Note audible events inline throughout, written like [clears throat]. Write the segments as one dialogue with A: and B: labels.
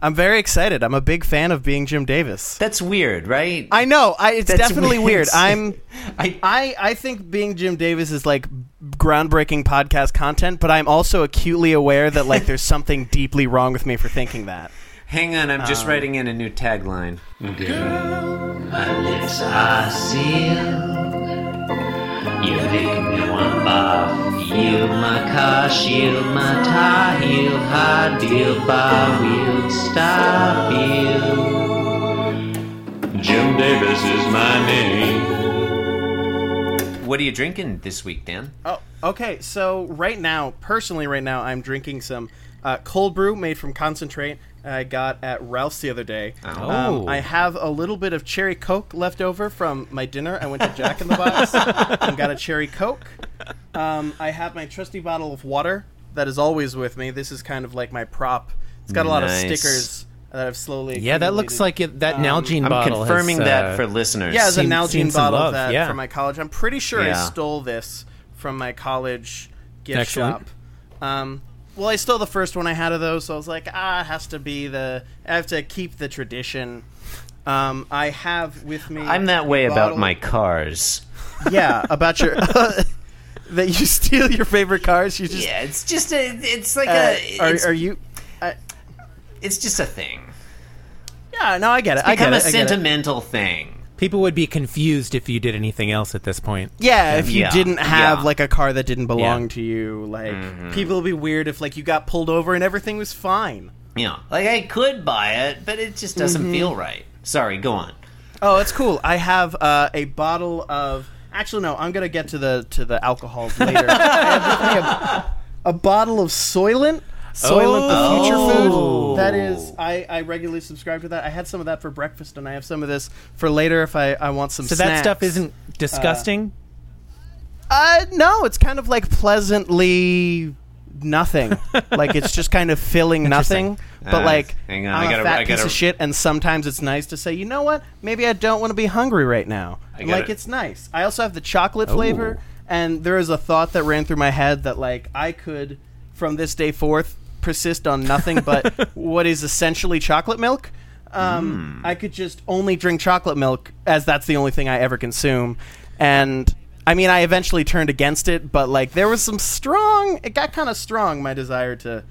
A: I'm very excited. I'm a big fan of being Jim Davis.
B: That's weird, right?
A: I know. I, it's
B: That's
A: definitely
B: weird.
A: weird. I'm.
B: [laughs] I-
A: I, I think being Jim Davis is like groundbreaking podcast content, but I'm also acutely aware that like
B: [laughs]
A: there's something deeply wrong with me for thinking that.
B: Hang on, I'm just writing in a new tagline.
C: You make me want bar. Feel my car, shield my tie, heel, high deal, bar wheel, stop you. Jim Davis is my name.
B: What are you drinking this week, Dan?
A: Oh, okay. So right now, personally, right now, I'm drinking some uh, cold brew made from concentrate I got at Ralph's the other day. Um,
B: Oh.
A: I have a little bit of cherry coke left over from my dinner. I went to Jack in the
B: [laughs]
A: Box and got a cherry coke. Um, I have my trusty bottle of water that is always with me. This is kind of like my prop. It's got a lot
B: Nice.
A: of stickers that I've slowly
D: Yeah, that looks
A: accumulated.
D: like it, that Nalgene
B: Um, I'm
D: bottle. has,
B: confirming
D: uh,
B: that for listeners.
A: Yeah, it's a
D: Seen- seen
A: Nalgene
D: some
A: bottle
D: love,
A: of that
D: yeah.
A: from my college. I'm pretty sure
B: Yeah.
A: I stole this from my college gift
D: Excellent.
A: shop. Um, well, I stole the first one I had of those, so I was like, ah, it has to be the. I have to keep the tradition. Um, I have with me.
B: I'm that
A: a
B: way about
A: bottle-
B: my cars.
A: [laughs] Yeah, about your. [laughs] that you steal your favorite cars. You just.
B: Yeah, it's just a. It's like
A: uh,
B: a.
A: are,
B: it's,
A: are you? I
B: it's just a thing.
A: yeah, no, I get it. I get
B: Become a
A: it. I get it.
B: sentimental thing.
D: People would be confused if you did anything else at this point.
A: Yeah, if you
B: Yeah.
A: didn't have
B: Yeah.
A: like a car that didn't belong
D: Yeah. Mm-hmm.
A: to you, like people would be weird if like you got pulled over and everything was fine.
B: Yeah, like I could buy it, but it just doesn't
A: Mm-hmm.
B: feel right. Sorry, go on.
A: Oh, that's cool. I have uh, a bottle of. Actually, no. I'm gonna get to the to the
D: [laughs]
A: alcohols later. I have with me a, a bottle of Soylent. Soylent, the future
B: Oh.
A: food. That is, I, I regularly subscribe to that. I had some of that for breakfast, and I have some of this for later if I, I want some.
D: So that
A: snacks.
D: stuff isn't disgusting.
A: Uh, no, it's kind of like pleasantly nothing.
B: [laughs]
A: like it's just kind of filling nothing. But
B: Uh,
A: like,
B: hang on, I
A: I'm
B: gotta-
A: a fat
B: I
A: piece
B: gotta-
A: of shit, and sometimes it's nice to say, you know what? Maybe I don't want to be hungry right now. And,
B: gotta-
A: like it's nice. I also have the chocolate flavor, and there is a thought that ran through my head that like I could, from this day forth, persist on
B: [laughs]
A: nothing but what is essentially chocolate milk. Um, I could just only drink chocolate milk as that's the only thing I ever consume, and I mean, I eventually turned against it, but like there was some strong. It got kind of strong my desire to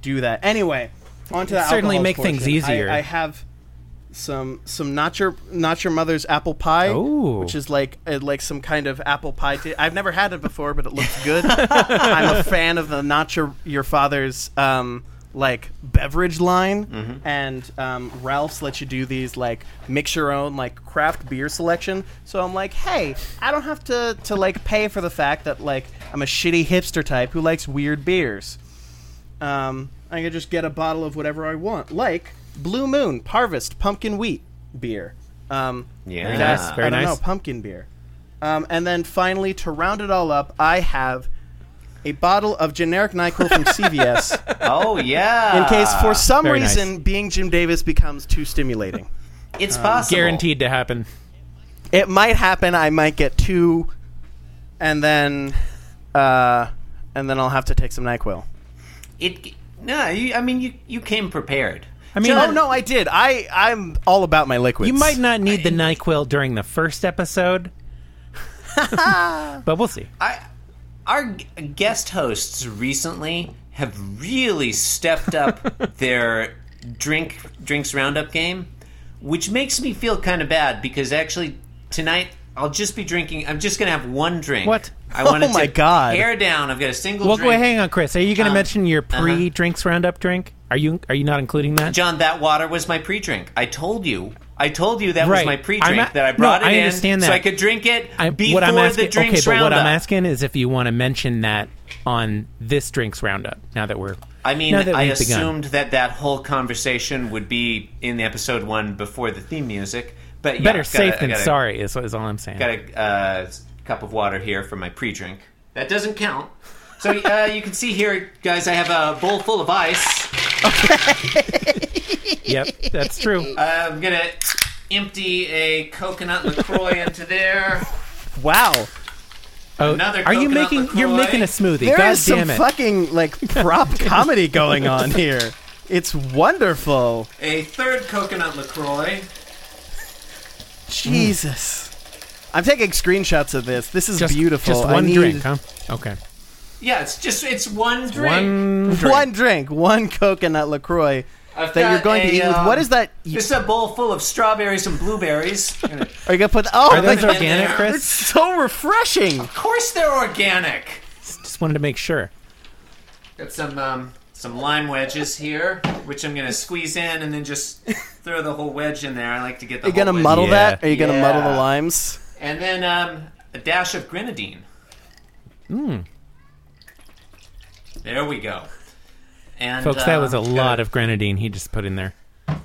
A: do that. Anyway, onto the
D: certainly
A: alcohol
D: make
A: portion.
D: things easier.
A: I, I have some some not your not your mother's apple pie,
D: Ooh.
A: which is like uh, like some kind of apple pie. i I've never had it before, but it looks good. [laughs] I'm a fan of the not your your father's. Um, like beverage line, and um, Ralph's lets you do these like mix your own like craft beer selection. So I'm like, hey, I don't have to to like pay for the fact that like I'm a shitty hipster type who likes weird beers. Um, I can just get a bottle of whatever I want, like Blue Moon Harvest Pumpkin Wheat Beer. Um,
B: Yeah.
A: that's-
D: Very
A: I don't
D: nice.
A: know, pumpkin beer. Um, and then finally, to round it all up, I have a bottle of generic Nyquil
D: [laughs]
A: from CVS
B: Oh yeah.
A: in case,
D: Ah.
A: for some
D: Very nice.
A: reason, being Jim Davis becomes too stimulating.
B: it's possible.
D: Guaranteed to happen.
A: it might happen. I might get two, and then, uh, and then I'll have to take some Nyquil.
B: It. No, you, I mean you. You came prepared.
D: I mean,
A: oh no, I did. I I'm all about my liquids.
D: you might not need the Nyquil during the
B: [laughs]
D: first episode, but we'll see.
B: I, our g- guest hosts recently have really stepped
D: [laughs]
B: up their drink drinks roundup game, which makes me feel kind of bad because actually tonight I'll just be drinking. I'm just gonna have one drink.
D: What?
B: I wanted
A: Oh my
B: to
A: God.
B: hair down. I've got a single.
D: Well,
B: drink.
D: wait, hang on, Chris. Are you going to
B: Um,
D: mention your
B: uh-huh.
D: pre-drinks roundup drink? Are you are you not including that?
B: John, that water was my pre-drink. I told you. I told you that was
D: Right.
B: my pre-drink
D: I'm a-
B: that I brought
D: no,
B: it
D: I
B: in
D: understand
B: so
D: that.
B: I could drink it
D: I-
B: before
D: what I'm asking,
B: the drinks
D: okay, but
B: roundup.
D: what I'm asking is if you want to mention that on this drinks roundup. Now that we're,
B: I mean,
D: now that
B: I
D: we've begun.
B: assumed that that whole conversation would be in the episode one before the theme music, but yeah,
D: better
B: gotta-
D: safe than
B: I gotta-
D: sorry is, is all I'm saying.
B: Got a uh, cup of water here for my pre-drink. That doesn't count. So [laughs] uh, you can see here, guys, I have a bowl full of ice.
D: Yep, that's true.
B: Uh, I'm gonna empty a coconut Lacroix into there.
A: Wow.
B: [laughs]
D: Oh,
B: another
D: are you
B: coconut
D: making? You're
B: LaCroix.
D: making a smoothie.
A: There
D: God [laughs]
A: is
D: damn
A: some
D: it!
A: fucking like prop comedy going on here. It's wonderful.
B: A third coconut LaCroix.
A: Jesus. I'm taking screenshots of this. This is
D: Just,
A: beautiful.
D: Just
A: I
D: one
A: need-
D: drink, huh? Okay.
B: Yeah, it's just it's one drink.
D: One drink.
A: One drink, one coconut LaCroix
B: I've
A: that you're
B: got
A: going
B: a,
A: to eat with.
B: um,
A: What is that?
B: This is a bowl full of strawberries and blueberries. of
A: Are you going to put. Oh,
D: Are those
A: like,
D: organic,
B: there.
A: it's
D: Chris?
A: so refreshing.
B: course, they're organic.
D: Just wanted to make sure.
B: Got some um, some lime wedges here, which I'm gonna squeeze in and then just throw the whole wedge in there. I like to get the.
A: Are you going to
B: whole wedge.
A: muddle
D: Yeah.
A: that? Are you going to
B: Yeah.
A: muddle the limes?
B: And then um, a dash of grenadine.
D: Hmm.
B: Mmm. There we go. And
D: Folks, that was a
B: um,
D: lot of grenadine he just put in there.
B: That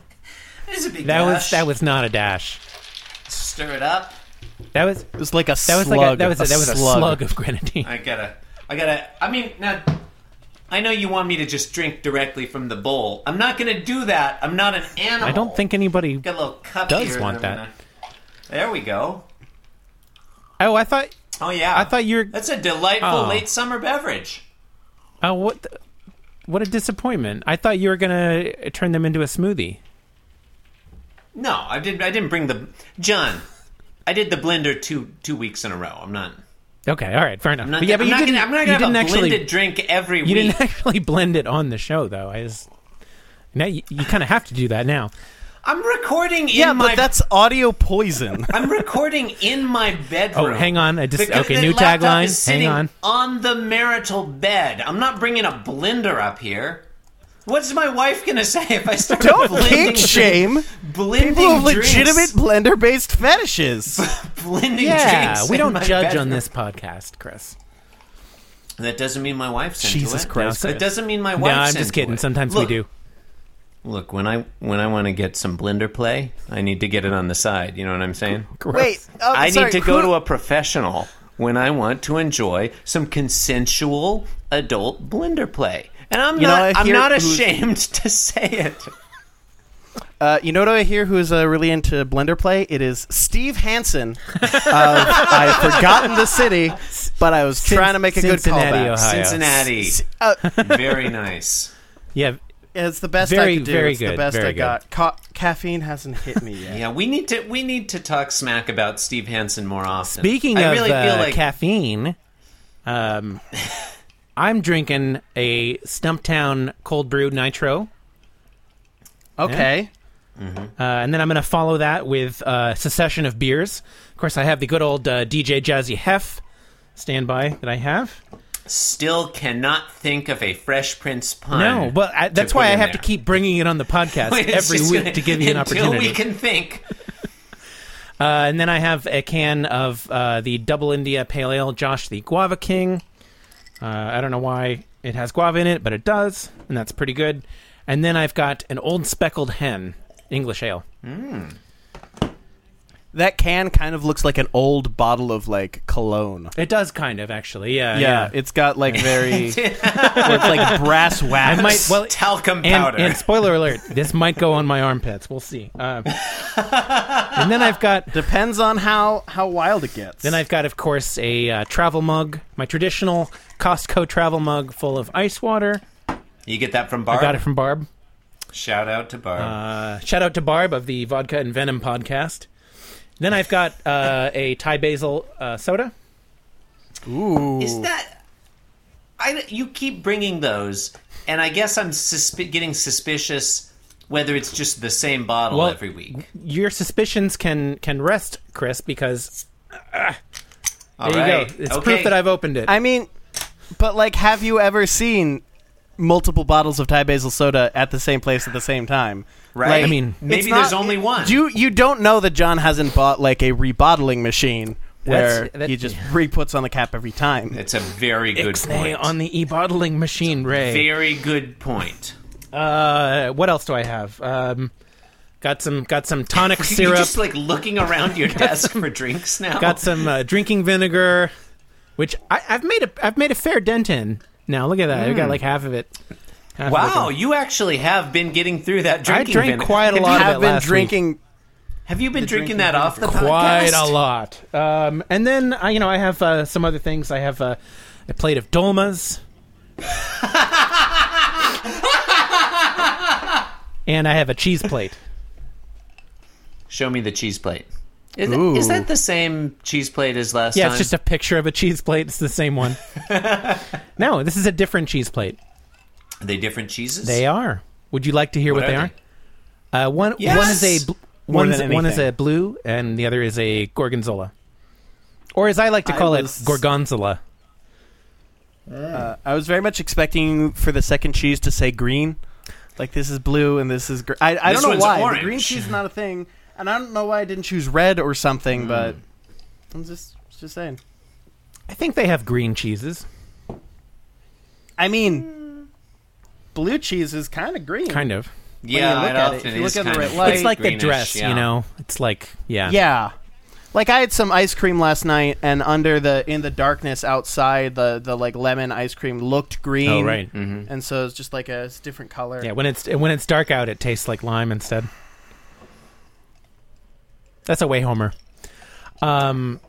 B: was a big
D: That was
B: dash.
D: that was not a dash.
B: Stir it up.
D: That was
A: It was like a
D: that
A: slug.
D: was like a, that was a, that was a
A: slug.
D: slug of grenadine.
B: I gotta. I gotta. I mean, now. I know you want me to just drink directly from the bowl. I'm not gonna do that. I'm not an animal.
D: I don't think anybody.
B: Got a little cup
D: does
B: here
D: want
B: I'm
D: that.
B: There we go.
D: Oh, I thought
B: Oh yeah.
D: I thought you were.
B: That's a delightful
D: Oh.
B: late summer beverage.
D: Oh, what? The, what a disappointment! I thought you were gonna turn them into a smoothie.
B: No, I did. I didn't bring the John. I did the blender two two weeks in a row. I'm not.
D: Okay, all right, fair enough.
B: I'm not
D: But yeah, but
B: I'm
D: you
B: not
D: didn't.
B: Gonna, I'm not
D: you
B: gonna
D: didn't
B: have a
D: actually.
B: blended drink every
D: you
B: week.
D: didn't [laughs] actually blend it on the show, though. I just now you, you kind of have to do that now.
B: I'm recording in
A: Yeah,
B: my.
A: but that's audio
D: [laughs]
A: poison.
B: I'm recording in my bedroom.
D: Oh, hang on. I just
B: The-
D: okay.
B: the
D: New
B: laptop
D: tagline.
B: is
D: Hang
B: sitting
D: on.
B: On the marital bed. I'm not bringing a blender up here. What's my wife gonna [laughs] say if I start
A: Don't
B: blending
A: kink
B: drinks-
A: shame.
B: Blending
A: People have
B: drinks-
A: legitimate blender based fetishes.
B: [laughs] blending
D: Yeah,
B: drinks
D: we
B: in
D: don't
B: my
D: judge
B: bedroom.
D: on this podcast, Chris.
B: That doesn't mean my wife's into
A: Jesus
B: it.
A: Christ,
B: That
D: Chris.
B: doesn't mean my
D: No,
B: wife's
D: I'm just
B: into
D: kidding.
B: it.
D: Sometimes
B: Look-
D: we do.
B: Look, when I when I want to get some blender play, I need to get it on the side. You know what I'm saying?
A: Wait,
D: Uh,
A: oh,
B: I
A: sorry,
B: need to go
A: who-
B: to a professional when I want to enjoy some consensual adult blender play. And I'm
A: You know,
B: not
A: I
B: I'm
A: hear-
B: not
A: who's-
B: ashamed [laughs] to say it.
A: Uh, you know what I hear who's uh, really into blender play? It is Steve Hansen. of I've forgotten the city, but I was trying to make a good
D: Cincinnati,
A: callback.
D: Ohio.
B: Cincinnati.
D: [laughs]
A: Uh,
B: Very nice.
D: Yeah,
A: [laughs] it's the best
D: Very,
A: I could do.
D: very
A: it's
D: good,
A: the best
D: very
A: I got. Ca- caffeine hasn't hit me yet.
B: Yeah, we need to we need to talk smack about Steve Hansen more often.
D: Speaking
B: I
D: of
B: really
D: uh,
B: feel like
D: caffeine, um, I'm drinking a Stumptown cold brew nitro,
A: Okay.
D: uh, and then I'm going to follow that with uh, succession of beers. Of course, I have the good old uh, DJ Jazzy Hef standby that I have.
B: still cannot think of a Fresh Prince pun.
D: No, well, I,
B: to
D: that's
B: put
D: why I
B: in
D: have to
B: there.
D: keep bringing it on the
B: [laughs]
D: podcast
B: It's
D: every
B: just
D: week
B: gonna-
D: to give you an
B: [laughs]
D: opportunity.
B: Until we can think.
D: Uh, and then I have a can of uh, the Double India Pale Ale, Josh the Guava King. Uh, I don't know why it has guava in it, but it does, and that's pretty good. And then I've got an Old Speckled Hen English Ale.
A: That can kind of looks like an old bottle of like cologne.
D: It does kind of actually, yeah,
A: Yeah,
D: yeah.
A: it's got like very, where it's like brass wax.
D: I might well
B: talcum
D: and,
B: powder.
D: and spoiler alert, this might go on my armpits. We'll see.
B: [laughs]
D: Uh, and then I've got
A: Depends on how how wild it gets.
D: Then I've got, of course, a uh, travel mug, my traditional Costco travel mug full of ice water.
B: you get that from Barb.
D: I got it from Barb.
B: Shout out to Barb.
D: Uh, shout out to Barb of the Vodka and Venom podcast. Then I've got uh, a Thai basil uh, soda. Uh,
A: Ooh.
B: Is that? I you keep bringing those, and I guess I'm suspi- getting suspicious whether it's just the same bottle
D: Well-
B: every week.
D: Your suspicions can can rest, Chris, because
B: All
D: there
B: right,
D: you go. It's
B: okay.
D: proof that I've opened it.
A: I mean, but like, have you ever seen multiple bottles of Thai basil soda at the same place at the same time?
B: Right.
A: Like,
D: I mean-
A: it's
B: maybe
A: not-
B: there's only one.
A: you you don't know that John hasn't bought like a rebottling machine where
D: That's- that-
A: he just reputs on the cap every time.
B: it's a very good
D: Ixnay
B: point.
D: on the e-bottling machine, Ray.
B: very good point.
D: Uh, what else do I have? Um, got some got
B: [laughs]
D: some tonic
B: You're
D: syrup.
B: just like looking around
D: [laughs]
B: your desk for drinks now. [laughs]
D: got some uh, drinking vinegar, which I, I've made a I've made a fair dent in. Now look at that. I've got like half of it. Half of
B: Mm. wow,
D: it.
B: you actually have been getting through that
D: I
B: drinking.
D: drank
B: vin-
D: quite a
B: Have
D: lot
B: you-
D: of
A: I've
D: it
A: been
D: last week.
A: drinking.
B: Have you been drinking that off the
D: quite
B: podcast?
D: a lot. Um, and then I, you know, I have uh, some other things. I have uh,
B: [laughs]
D: a plate of dolmas. and I have a cheese plate.
B: Show me the cheese plate. Is,
A: Ooh.
B: is that the same cheese plate as last
D: Yeah,
B: time?
D: it's just a picture of a cheese plate. It's the same one.
B: [laughs]
D: no, this is a different cheese plate.
B: are they different cheeses?
D: They are. Would you like to hear what,
B: What
D: they
B: are
D: are? Uh, one one
B: Yes!
D: is a bl-
E: More
D: one's,
E: than
D: one is
E: anything.
D: a blue, and the other is a gorgonzola, or as I like to call
A: was-
D: it, gorgonzola.
A: I was very much expecting for the second cheese to say green. Like this is blue and this is green. I, I
B: This
A: don't know
B: one's
A: why.
B: orange.
A: The green cheese is not a thing, and I don't know why I didn't choose red or something. But I'm just just saying.
D: I think they have green cheeses.
A: I mean, blue cheese is kind of green.
D: Kind of.
A: When you
B: Yeah, it
A: look at it,
B: often
A: if you
B: is
A: look at the
B: kind
A: right
B: of
A: light-
D: it's like
B: greenish,
D: the dress,
B: yeah.
D: you know. It's like yeah,
A: Yeah. Like I had some ice cream last night, and under the in the darkness outside, the the like lemon ice cream looked green.
D: Oh right,
A: And so it's just like a it's a different color.
D: yeah. When it's when it's dark out, it tastes like lime instead. That's a way homer. Um,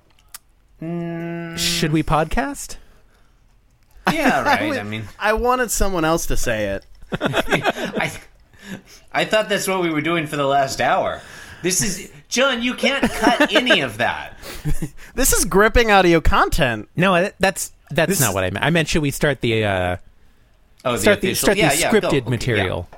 D: should we podcast?
B: [laughs]
D: [laughs]
B: Yeah,
A: I,
B: right.
A: would-
B: I mean,
A: I wanted someone else to say it.
B: I, I thought that's what we were doing for the last hour. This is John. You can't cut any of that.
A: This is gripping audio content.
D: No, I- that's that's not what I meant. I meant should we start the uh,
B: Oh,
D: start the,
B: official-
D: start
B: yeah,
D: the
B: yeah, go.
D: scripted
B: Okay, yeah.
D: material?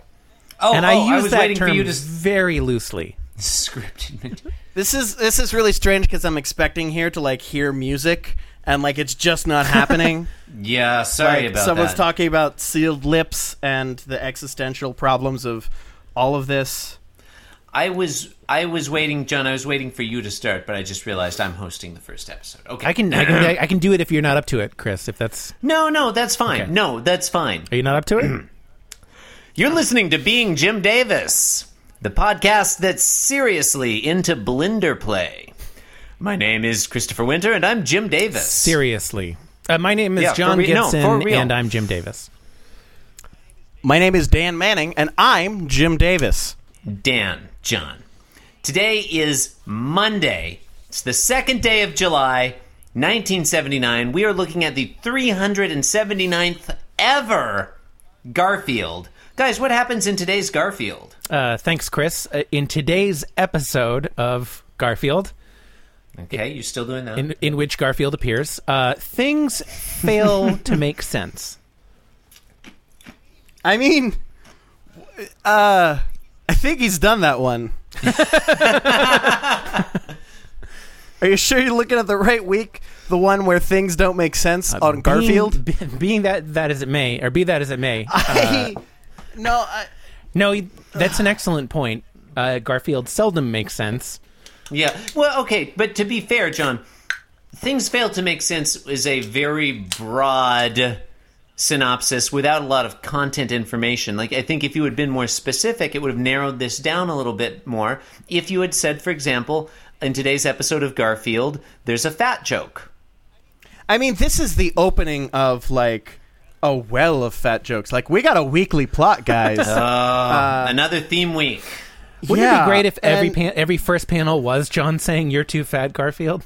B: Oh,
D: And I
B: oh,
D: use
B: was
D: that
B: waiting
D: term
B: for you to s- [laughs]
D: very loosely.
B: scripted material.
A: This is this is really strange because I'm expecting here to like hear music and like it's just [laughs] not happening.
B: Yeah, sorry
A: Like,
B: about
A: someone's
B: that.
A: talking about sealed lips and the existential problems of all of this.
B: I was I was waiting, John. I was waiting for you to start, but I just realized I'm hosting the first episode. Okay,
D: I can I can, I can do it if you're not up to it, Chris. If that's
B: No, no, that's fine.
D: Okay.
B: No, that's fine.
D: are you not up to [clears throat] it?
B: You're listening to Being Jim Davis, the podcast that's seriously into blender play. My name is Christopher Winter, and I'm Jim Davis.
D: Seriously. Uh, my name is
B: Yeah, for
D: John
B: re- no,
D: Gibson,
B: for real.
D: and I'm Jim Davis.
A: My name is Dan Manning and I'm Jim Davis.
B: Dan, John. Today is Monday. It's the second day of July, 1979. We are looking at the 379th ever Garfield. Guys, what happens in today's Garfield?
D: Uh, thanks, Chris. Uh, in today's episode of Garfield,
B: Okay, you still doing that?
D: in, in which Garfield appears, uh, [laughs] things fail to make sense.
A: I mean, uh, I think he's done that [laughs] one. Are you sure you're looking at the right week? The one where things don't make sense on Garfield?
D: Being, be- being that that as it may, or be that as it [laughs] may,
A: I, no, I,
D: No, y- that's an excellent point. Uh, Garfield seldom makes sense.
B: Yeah. Well, okay, but to be fair, John, things fail to make sense is a very broad synopsis without a lot of content information. Like I think if you had been more specific, it would have narrowed this down a little bit more. If you had said, for example, in today's episode of Garfield, there's a fat joke.
A: I mean, this is the opening of like a well of fat jokes. Like we got a weekly plot, guys. [laughs]
D: Uh,
B: Another theme week.
D: Wouldn't it
A: Yeah,
D: be great if every
A: and-
D: pan- every first panel was John saying "You're too fat, Garfield"?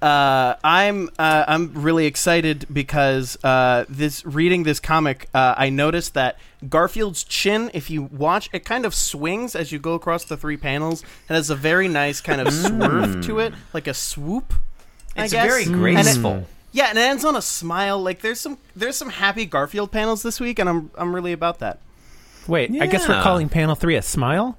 A: uh, I'm uh, I'm really excited because uh, this reading this comic, uh, I noticed that Garfield's chin, if you watch, it kind of swings as you go across the three panels. It has a very nice kind of swerve to it, like a swoop. I
B: It's
A: guess.
B: very
A: And it-
B: graceful.
A: yeah, and it ends on a smile. Like there's some there's some happy Garfield panels this week, and I'm I'm really about that.
D: Wait, I guess we're
B: Yeah.
D: calling panel three
B: [laughs]
D: a smile.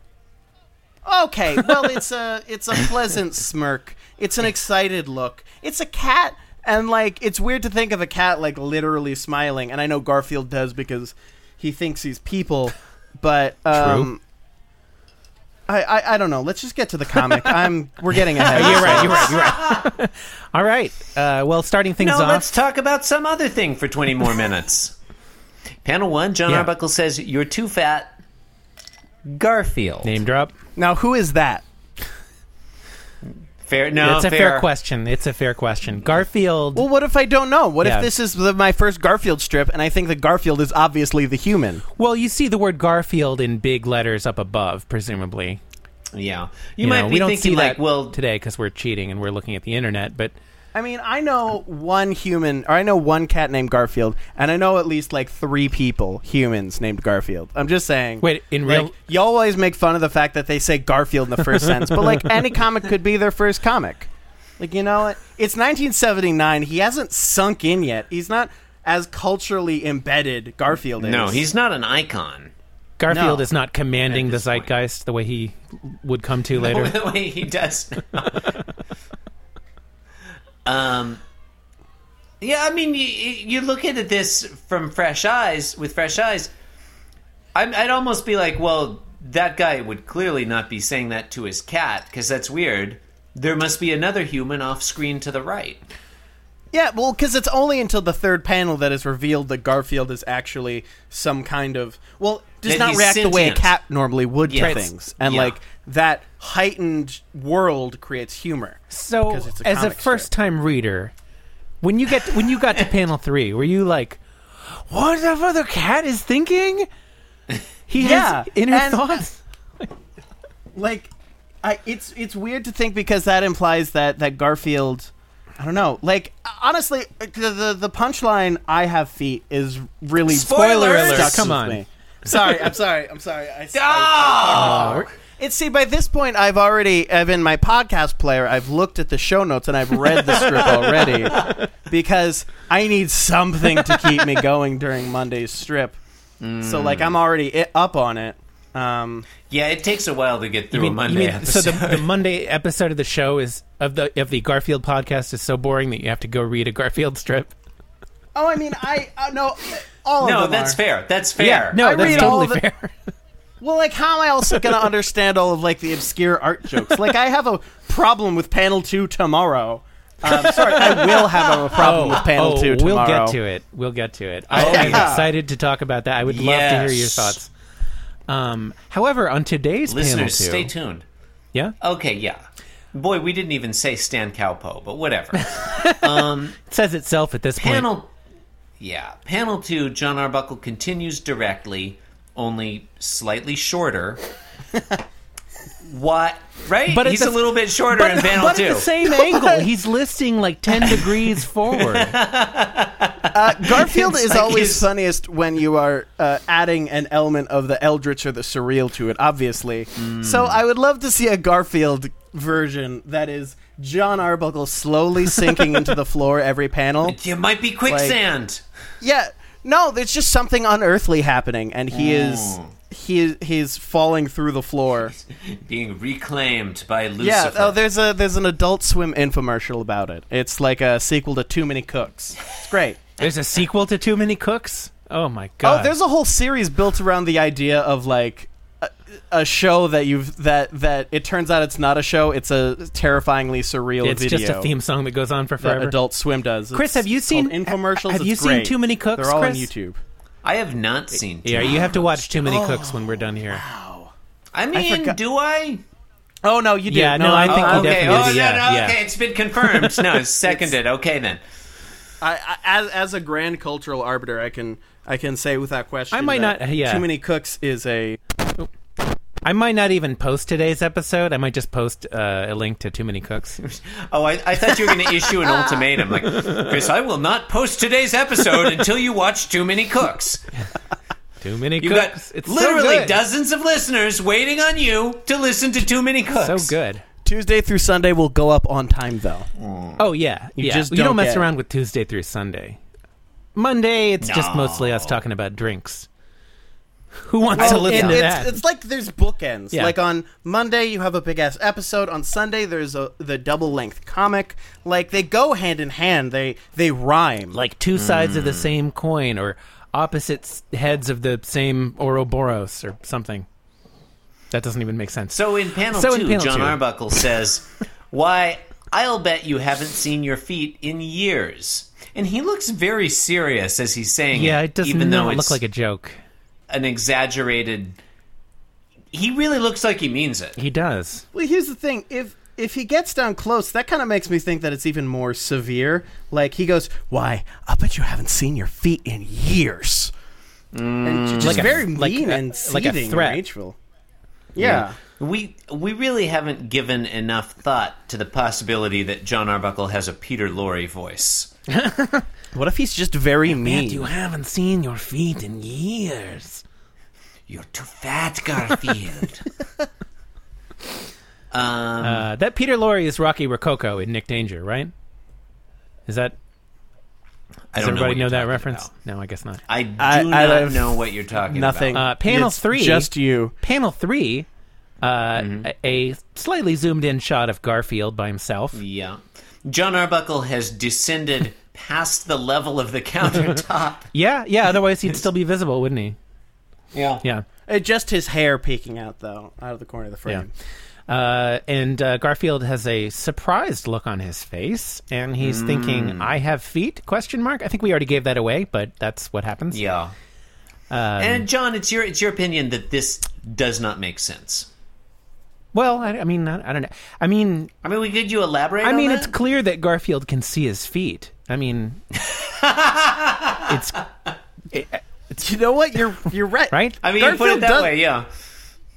A: Okay, well, it's a it's a pleasant smirk. It's an excited look. It's a cat, and like it's weird to think of a cat like literally smiling. And I know Garfield does because he thinks he's people, but um, I, I I don't know. Let's just get to the comic.
D: [laughs]
A: I'm we're getting ahead.
D: You're right. You're right. You're right. [laughs] All right. Uh, well, starting things
B: No,
D: off.
B: let's talk about some other thing for 20
D: [laughs]
B: more minutes. Panel one, John
D: Yeah.
B: Arbuckle says, You're too fat. Garfield.
D: Name drop.
A: Now, who is that?
B: Oh, Fair. No,
D: it's a fair. question. It's a fair question. Garfield.
A: Well, what if I don't know? What
D: Yeah.
A: if this is the, my first Garfield strip, and I think that Garfield is obviously the human?
D: Well, you see the word Garfield in big letters up above, presumably.
B: Yeah, you,
D: You
B: might
D: know,
B: be
D: we don't
B: thinking
D: see
B: like,
D: that
B: well,
D: today because we're cheating and we're looking at the internet. But
A: I mean, I know one human, or I know one cat named Garfield, and I know at least like three people, humans, named Garfield. I'm just saying.
D: Wait, in
A: like,
D: real-
A: you always make fun of the fact that they say Garfield in the
D: [laughs]
A: first sentence, but like any comic could be their first comic. Like you know, it- it's 1979. He hasn't sunk in yet. He's not as culturally embedded. Garfield is.
B: No, he's not an icon.
D: Garfield
A: No.
D: is not commanding
B: At
D: the
B: this point.
D: zeitgeist the way he would come
B: [laughs]
D: to later.
B: the way he does. [laughs] um, yeah, I mean, you, you look at this from fresh eyes. With fresh eyes, I'm, I'd almost be like, well, that guy would clearly not be saying that to his cat because that's weird. There must be another human off screen to the right.
A: Yeah, well, because it's only until the third panel that is revealed that Garfield is actually some kind of well, does
B: That
A: not
B: he's
A: react the way a
B: sentient.
A: cat normally would to
B: Yes.
A: things, and
B: Yeah.
A: like that heightened world creates humor.
D: So,
A: Because it's a
D: as a
A: comic strip.
D: first-time reader, when you get when you got to panel three, were you like, "What the other cat is thinking? He
A: Yeah,
D: has inner
A: and-
D: thoughts."
A: Like, I it's it's weird to think because that implies that that Garfield, I don't know. Like honestly, the the, the punchline "I have feet" is really
B: Spoiler alert!
A: stuck
D: Come
A: with
D: on.
A: me. Sorry,
B: [laughs]
A: I'm sorry, I'm sorry. I, I
B: Ah!
A: It's see by this point I've already I've in my podcast player I've looked at the show notes and I've read the
D: [laughs]
A: strip already because I need something to keep me going during Monday's strip. So like
D: Mm.
A: I'm already i up on it. Um,
B: Yeah, it takes a while to get through
D: You
B: a
D: mean-
B: Monday
D: you mean-
B: episode. [laughs]
D: So the, the Monday episode of the show is of the of the Garfield podcast is so boring that you have to go read a Garfield strip.
A: oh, I mean I uh, no all of
B: no,
A: them
B: that's
A: are.
B: fair. That's fair.
D: no,
A: I
D: that's
A: read all
D: totally
A: the- [laughs]
D: fair.
A: Well, like how am I also
D: [laughs]
A: going to understand all of like the obscure art jokes? Like I have a problem with panel two tomorrow. Um, sorry, I will have a problem with panel
D: oh,
A: two tomorrow. Oh,
D: We'll get to it. We'll get to it. I am
A: yeah.
D: excited to talk about that. I would love to hear your
B: Yes.
D: thoughts. Um, however, on today's panel
B: Listeners,
D: two,
B: stay tuned.
D: yeah,
B: Okay, yeah. Boy, we didn't even say Stan Cowpo, but
D: [laughs]
B: whatever.
D: it says itself at this point.
B: panel yeah panel two john arbuckle continues directly only slightly
D: [laughs]
B: shorter what right
D: But
B: but
D: at
B: he's a
D: the-
B: little bit shorter
D: [laughs] But,
B: in panel
D: but
B: two
D: at the same angle, he's listing like [laughs] ten degrees forward.
A: Garfield
B: [laughs] It's
A: is
B: like
A: always
B: his-
A: funniest when you are uh, adding an element of the eldritch or the surreal to it, obviously.
B: Hmm.
A: So I would love to see a Garfield version that is John Arbuckle slowly sinking into the floor every
B: [laughs]
A: panel.
B: it might be quicksand
A: Yeah, no, there's just something unearthly happening, and he is
B: Oh.
A: he is he's falling through the floor.
B: [laughs] being reclaimed by lucifer
A: Yeah, oh, there's a there's an Adult Swim infomercial about it. It's like a sequel to Too Many Cooks. It's great.
D: [laughs] There's a sequel to Too Many Cooks. Oh my god!
A: Oh, there's a whole series built around the idea of like a, a show that you've that that it turns out it's not a show; it's a terrifyingly surreal
D: it's
A: video.
D: just a theme song that goes on for
A: that
D: forever.
A: Adult Swim does.
D: Chris,
A: It's
D: have you seen-
A: called infomercials?
D: have you
A: It's
D: seen
A: great.
D: Too Many Cooks,
A: They're all
D: Chris?
A: on YouTube.
B: i have not seen
D: yeah,
B: Too
D: you have to watch Too
A: Oh.
D: Many Cooks when we're done here.
B: i mean
A: forgot-
B: do i
A: Oh no, you do.
D: Yeah, no, I think
A: I,
D: he
B: Oh, okay.
D: definitely
B: Oh, no,
D: is, yeah,
B: no,
D: yeah.
B: okay. It's been confirmed. No,
D: [laughs]
B: it's seconded. okay, then.
A: I, I, as as a grand cultural arbiter, I can I can say without question.
D: I might
A: that
D: not- yeah.
A: Too Many Cooks is a
D: I might not even post today's episode. I might just post uh, a link to Too Many Cooks. [laughs]
B: Oh, I, I thought you were going to issue an ultimatum. Like, Chris, I will not post today's episode until you watch Too Many Cooks.
D: Too Many
B: You got
D: Cooks. it's so
B: literally
D: good.
B: dozens of listeners waiting on you to listen to Too Many
D: so
B: Cooks.
D: good.
A: Tuesday through Sunday will go up on time though.
D: Oh yeah, you
A: just
D: you don't
A: don't
D: mess
A: get it.
D: around with Tuesday through Sunday. Monday, it's just mostly us talking about drinks. Who wants to
A: Well,
D: listen
A: it-
D: to
A: Oh, it's,
D: that?
A: it's like there's bookends.
D: Yeah.
A: Like on Monday you have a big ass episode. On Sunday there's a the double length comic. Like they go hand in hand. They they rhyme.
D: like two sides of the same coin, or opposite s- heads of the same Ouroboros, or something. That doesn't even make sense.
B: So in panel
D: So in
B: two,
D: panel
B: John
D: two.
B: Arbuckle says, Why, I'll bet you haven't seen your feet in years. And he looks very serious as he's saying
D: yeah,
B: it.
D: it does
B: even though
D: not
B: it's
D: look like a joke.
B: an exaggerated. He really looks like he means it.
D: He does.
A: Well, here's the thing. If if he gets down close, that kind of makes me think that it's even more severe. Like he goes, "Why? I bet you haven't seen your feet in years." And just
D: Like a-
A: very
D: Mm, like
A: mean
D: a-
A: and
D: like a
A: seething,
D: threat.
A: and rageful. Yeah.
B: We we really haven't given enough thought to the possibility that John Arbuckle has a Peter Lorre voice.
A: What if he's just very mean?
D: you haven't seen your feet in years.
B: You're too fat, [laughs] Garfield. Um,
D: Uh, that Peter Lorre is Rocky Rococo in Nick Danger, right? Is that
B: I
D: does
B: don't
D: everybody
B: what
D: know,
B: you're
D: that
B: talking
D: reference?
B: about.
D: No, I guess not.
B: I do
A: I- I
B: not
A: have
B: know what you're talking
A: Nothing.
B: about.
D: Uh, panel
A: It's
D: three.
A: Just you.
D: Panel three, uh, a a slightly zoomed in shot of Garfield by himself.
B: Yeah. John Arbuckle has descended past the level of the countertop.
D: Yeah, yeah. Otherwise, [laughs] he'd still be visible, wouldn't he?
B: yeah.
D: Yeah.
A: Uh, just his hair peeking out though, out of the corner of the frame.
D: Uh, and uh, Garfield has a surprised look on his face, and he's thinking, "I have feet?" Question mark. I think we already gave that away, but that's what happens.
B: Yeah. and Um, John, it's your it's your opinion that this does not make sense.
D: Well, I, I mean, I, I don't know. I mean,
B: I mean, we could you elaborate?
D: I
B: on
D: mean,
B: that?
D: it's clear that Garfield can see his feet. I mean, it's
A: You know what? You're you're [laughs] right.
D: right.
B: I mean, you put it
A: Garfield
B: that
A: does-
B: way, yeah.
A: [laughs]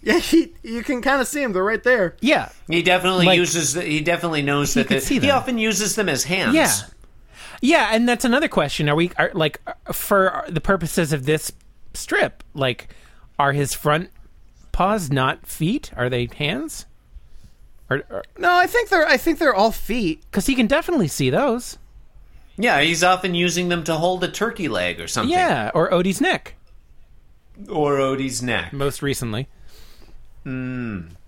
A: Yeah, he, you can kind of see him. They're right there.
D: yeah,
B: He definitely
D: Like-
B: uses. The, he definitely knows that.
D: could
B: the-
D: see
B: he
D: them.
B: often uses them as hands.
D: yeah, yeah. And that's another question: Are we are, like are- for the purposes of this strip? Like, are his front paws not feet? Are they hands? Or
A: No, I think they're I think they're all feet.
D: because he can definitely see those.
B: yeah. He's often using them to hold a turkey leg or something.
D: Yeah, or Odie's neck
B: Or Odie's neck.
D: most recently.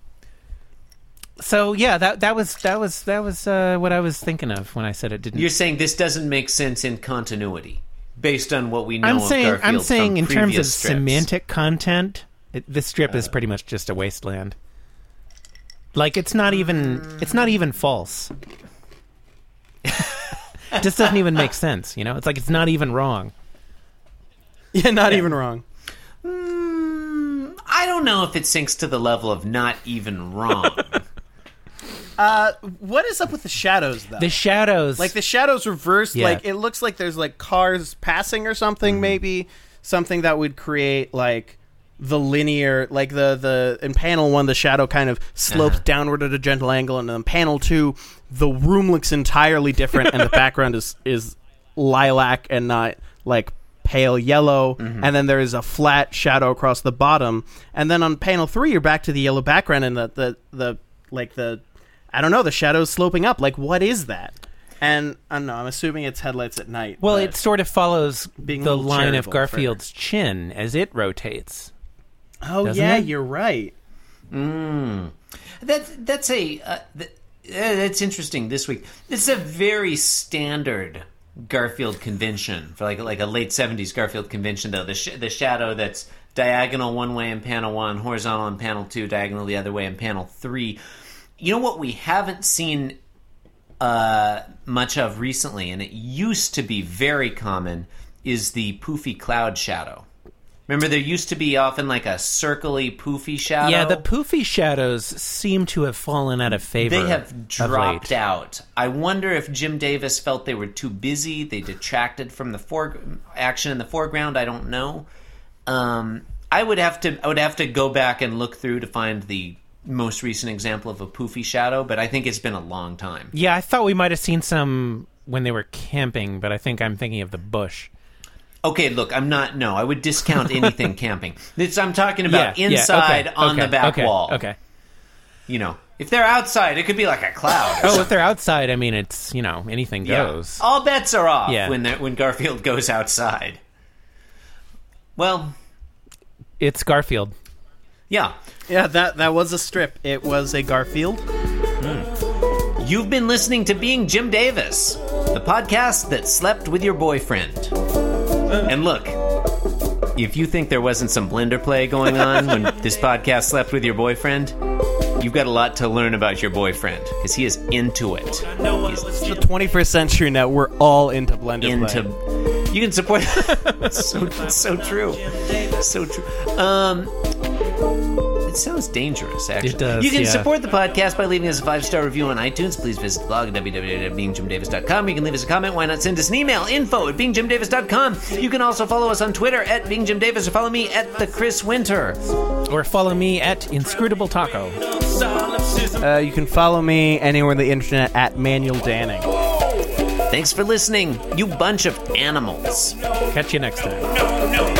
D: Hmm. So yeah, that that was that was that was uh, what I was thinking of when I said it didn't.
B: You're saying this doesn't make sense in continuity, based on what we know.
D: I'm
B: of
D: saying
B: Garfield
D: I'm
B: from
D: saying in terms of
B: previous strips.
D: semantic content, it, this strip is pretty much just a wasteland. Like it's not even it's not even false. [laughs] just doesn't even make sense, you know. It's like it's not even wrong.
A: Yeah, not even wrong.
B: I don't know if it sinks to the level of not even wrong.
D: [laughs]
A: What is up with the shadows though?
D: The shadows,
A: like the shadows reversed.
D: Yeah.
A: Like it looks like there's like cars passing or something. Maybe something that would create like the linear, like the the in panel one, the shadow kind of slopes downward at a gentle angle, and in panel two, the room looks entirely different, and the background is is lilac and not like pale yellow and then there is a flat shadow across the bottom and then on panel three you're back to the yellow background and the the, the like the i don't know the shadows sloping up like what is that and i don't know i'm assuming it's headlights at night
D: well,
A: but-
D: it sort of follows
A: being a
D: the
A: little
D: line of
A: charitable for-
D: Garfield's chin as it rotates.
A: oh
D: doesn't
A: yeah
D: it?
A: you're right
B: That's that's a uh, th- uh, that's interesting this week. It's a very standard Garfield convention for like like a late seventies Garfield convention though. The sh- the shadow that's diagonal one way in panel one, horizontal in panel two, diagonal the other way in panel three. You know what we haven't seen uh, much of recently, and it used to be very common, is the poofy cloud shadow. Remember, there used to be often like a circly poofy shadow.
D: Yeah, the poofy shadows seem to have fallen out of favor.
B: They have dropped
D: late.
B: out. I wonder if Jim Davis felt they were too busy. They detracted from the fore- action in the foreground. I don't know. Um, I would have to. I would have to go back and look through to find the most recent example of a poofy shadow. But I think it's been a long time.
D: Yeah, I thought we might have seen some when they were camping, but I think I'm thinking of the bush.
B: Okay, look, I'm not. No, I would discount
D: [laughs]
B: anything camping. It's, I'm talking about
D: yeah,
B: inside
D: yeah, okay,
B: on
D: okay,
B: the back
D: okay,
B: wall.
D: Okay.
B: You know, if they're outside, it could be like a cloud.
D: Oh, if they're outside, I mean, it's you know anything
B: Yeah.
D: goes.
B: All bets are off
D: Yeah.
B: when the, when Garfield goes outside. Well,
D: It's Garfield.
B: yeah.
A: yeah that that was a strip it was a garfield
B: You've been listening to Being Jim Davis, the podcast that slept with your boyfriend. And look, if you think there wasn't some blender play going on
D: [laughs]
B: when this podcast slept with your boyfriend, you've got a lot to learn about your boyfriend because he is into it. He's
A: the 21st century now we're all into blender
B: into
A: play.
B: you can support [laughs] so, so true so true um It sounds dangerous, actually.
D: It does,
B: You can
D: yeah.
B: support the podcast by leaving us a five star review on iTunes. Please visit the blog at www.beingjimdavis.com. You can leave us a comment. Why not send us an email? Info at beingjimdavis.com. You can also follow us on Twitter at beingjimdavis or follow me at the Chris Winter.
D: Or follow me at Inscrutable Taco.
A: Uh, you can follow me anywhere on the internet at Manuel Danning.
B: Thanks for listening, you bunch of animals.
D: Catch you next time.
E: no, no.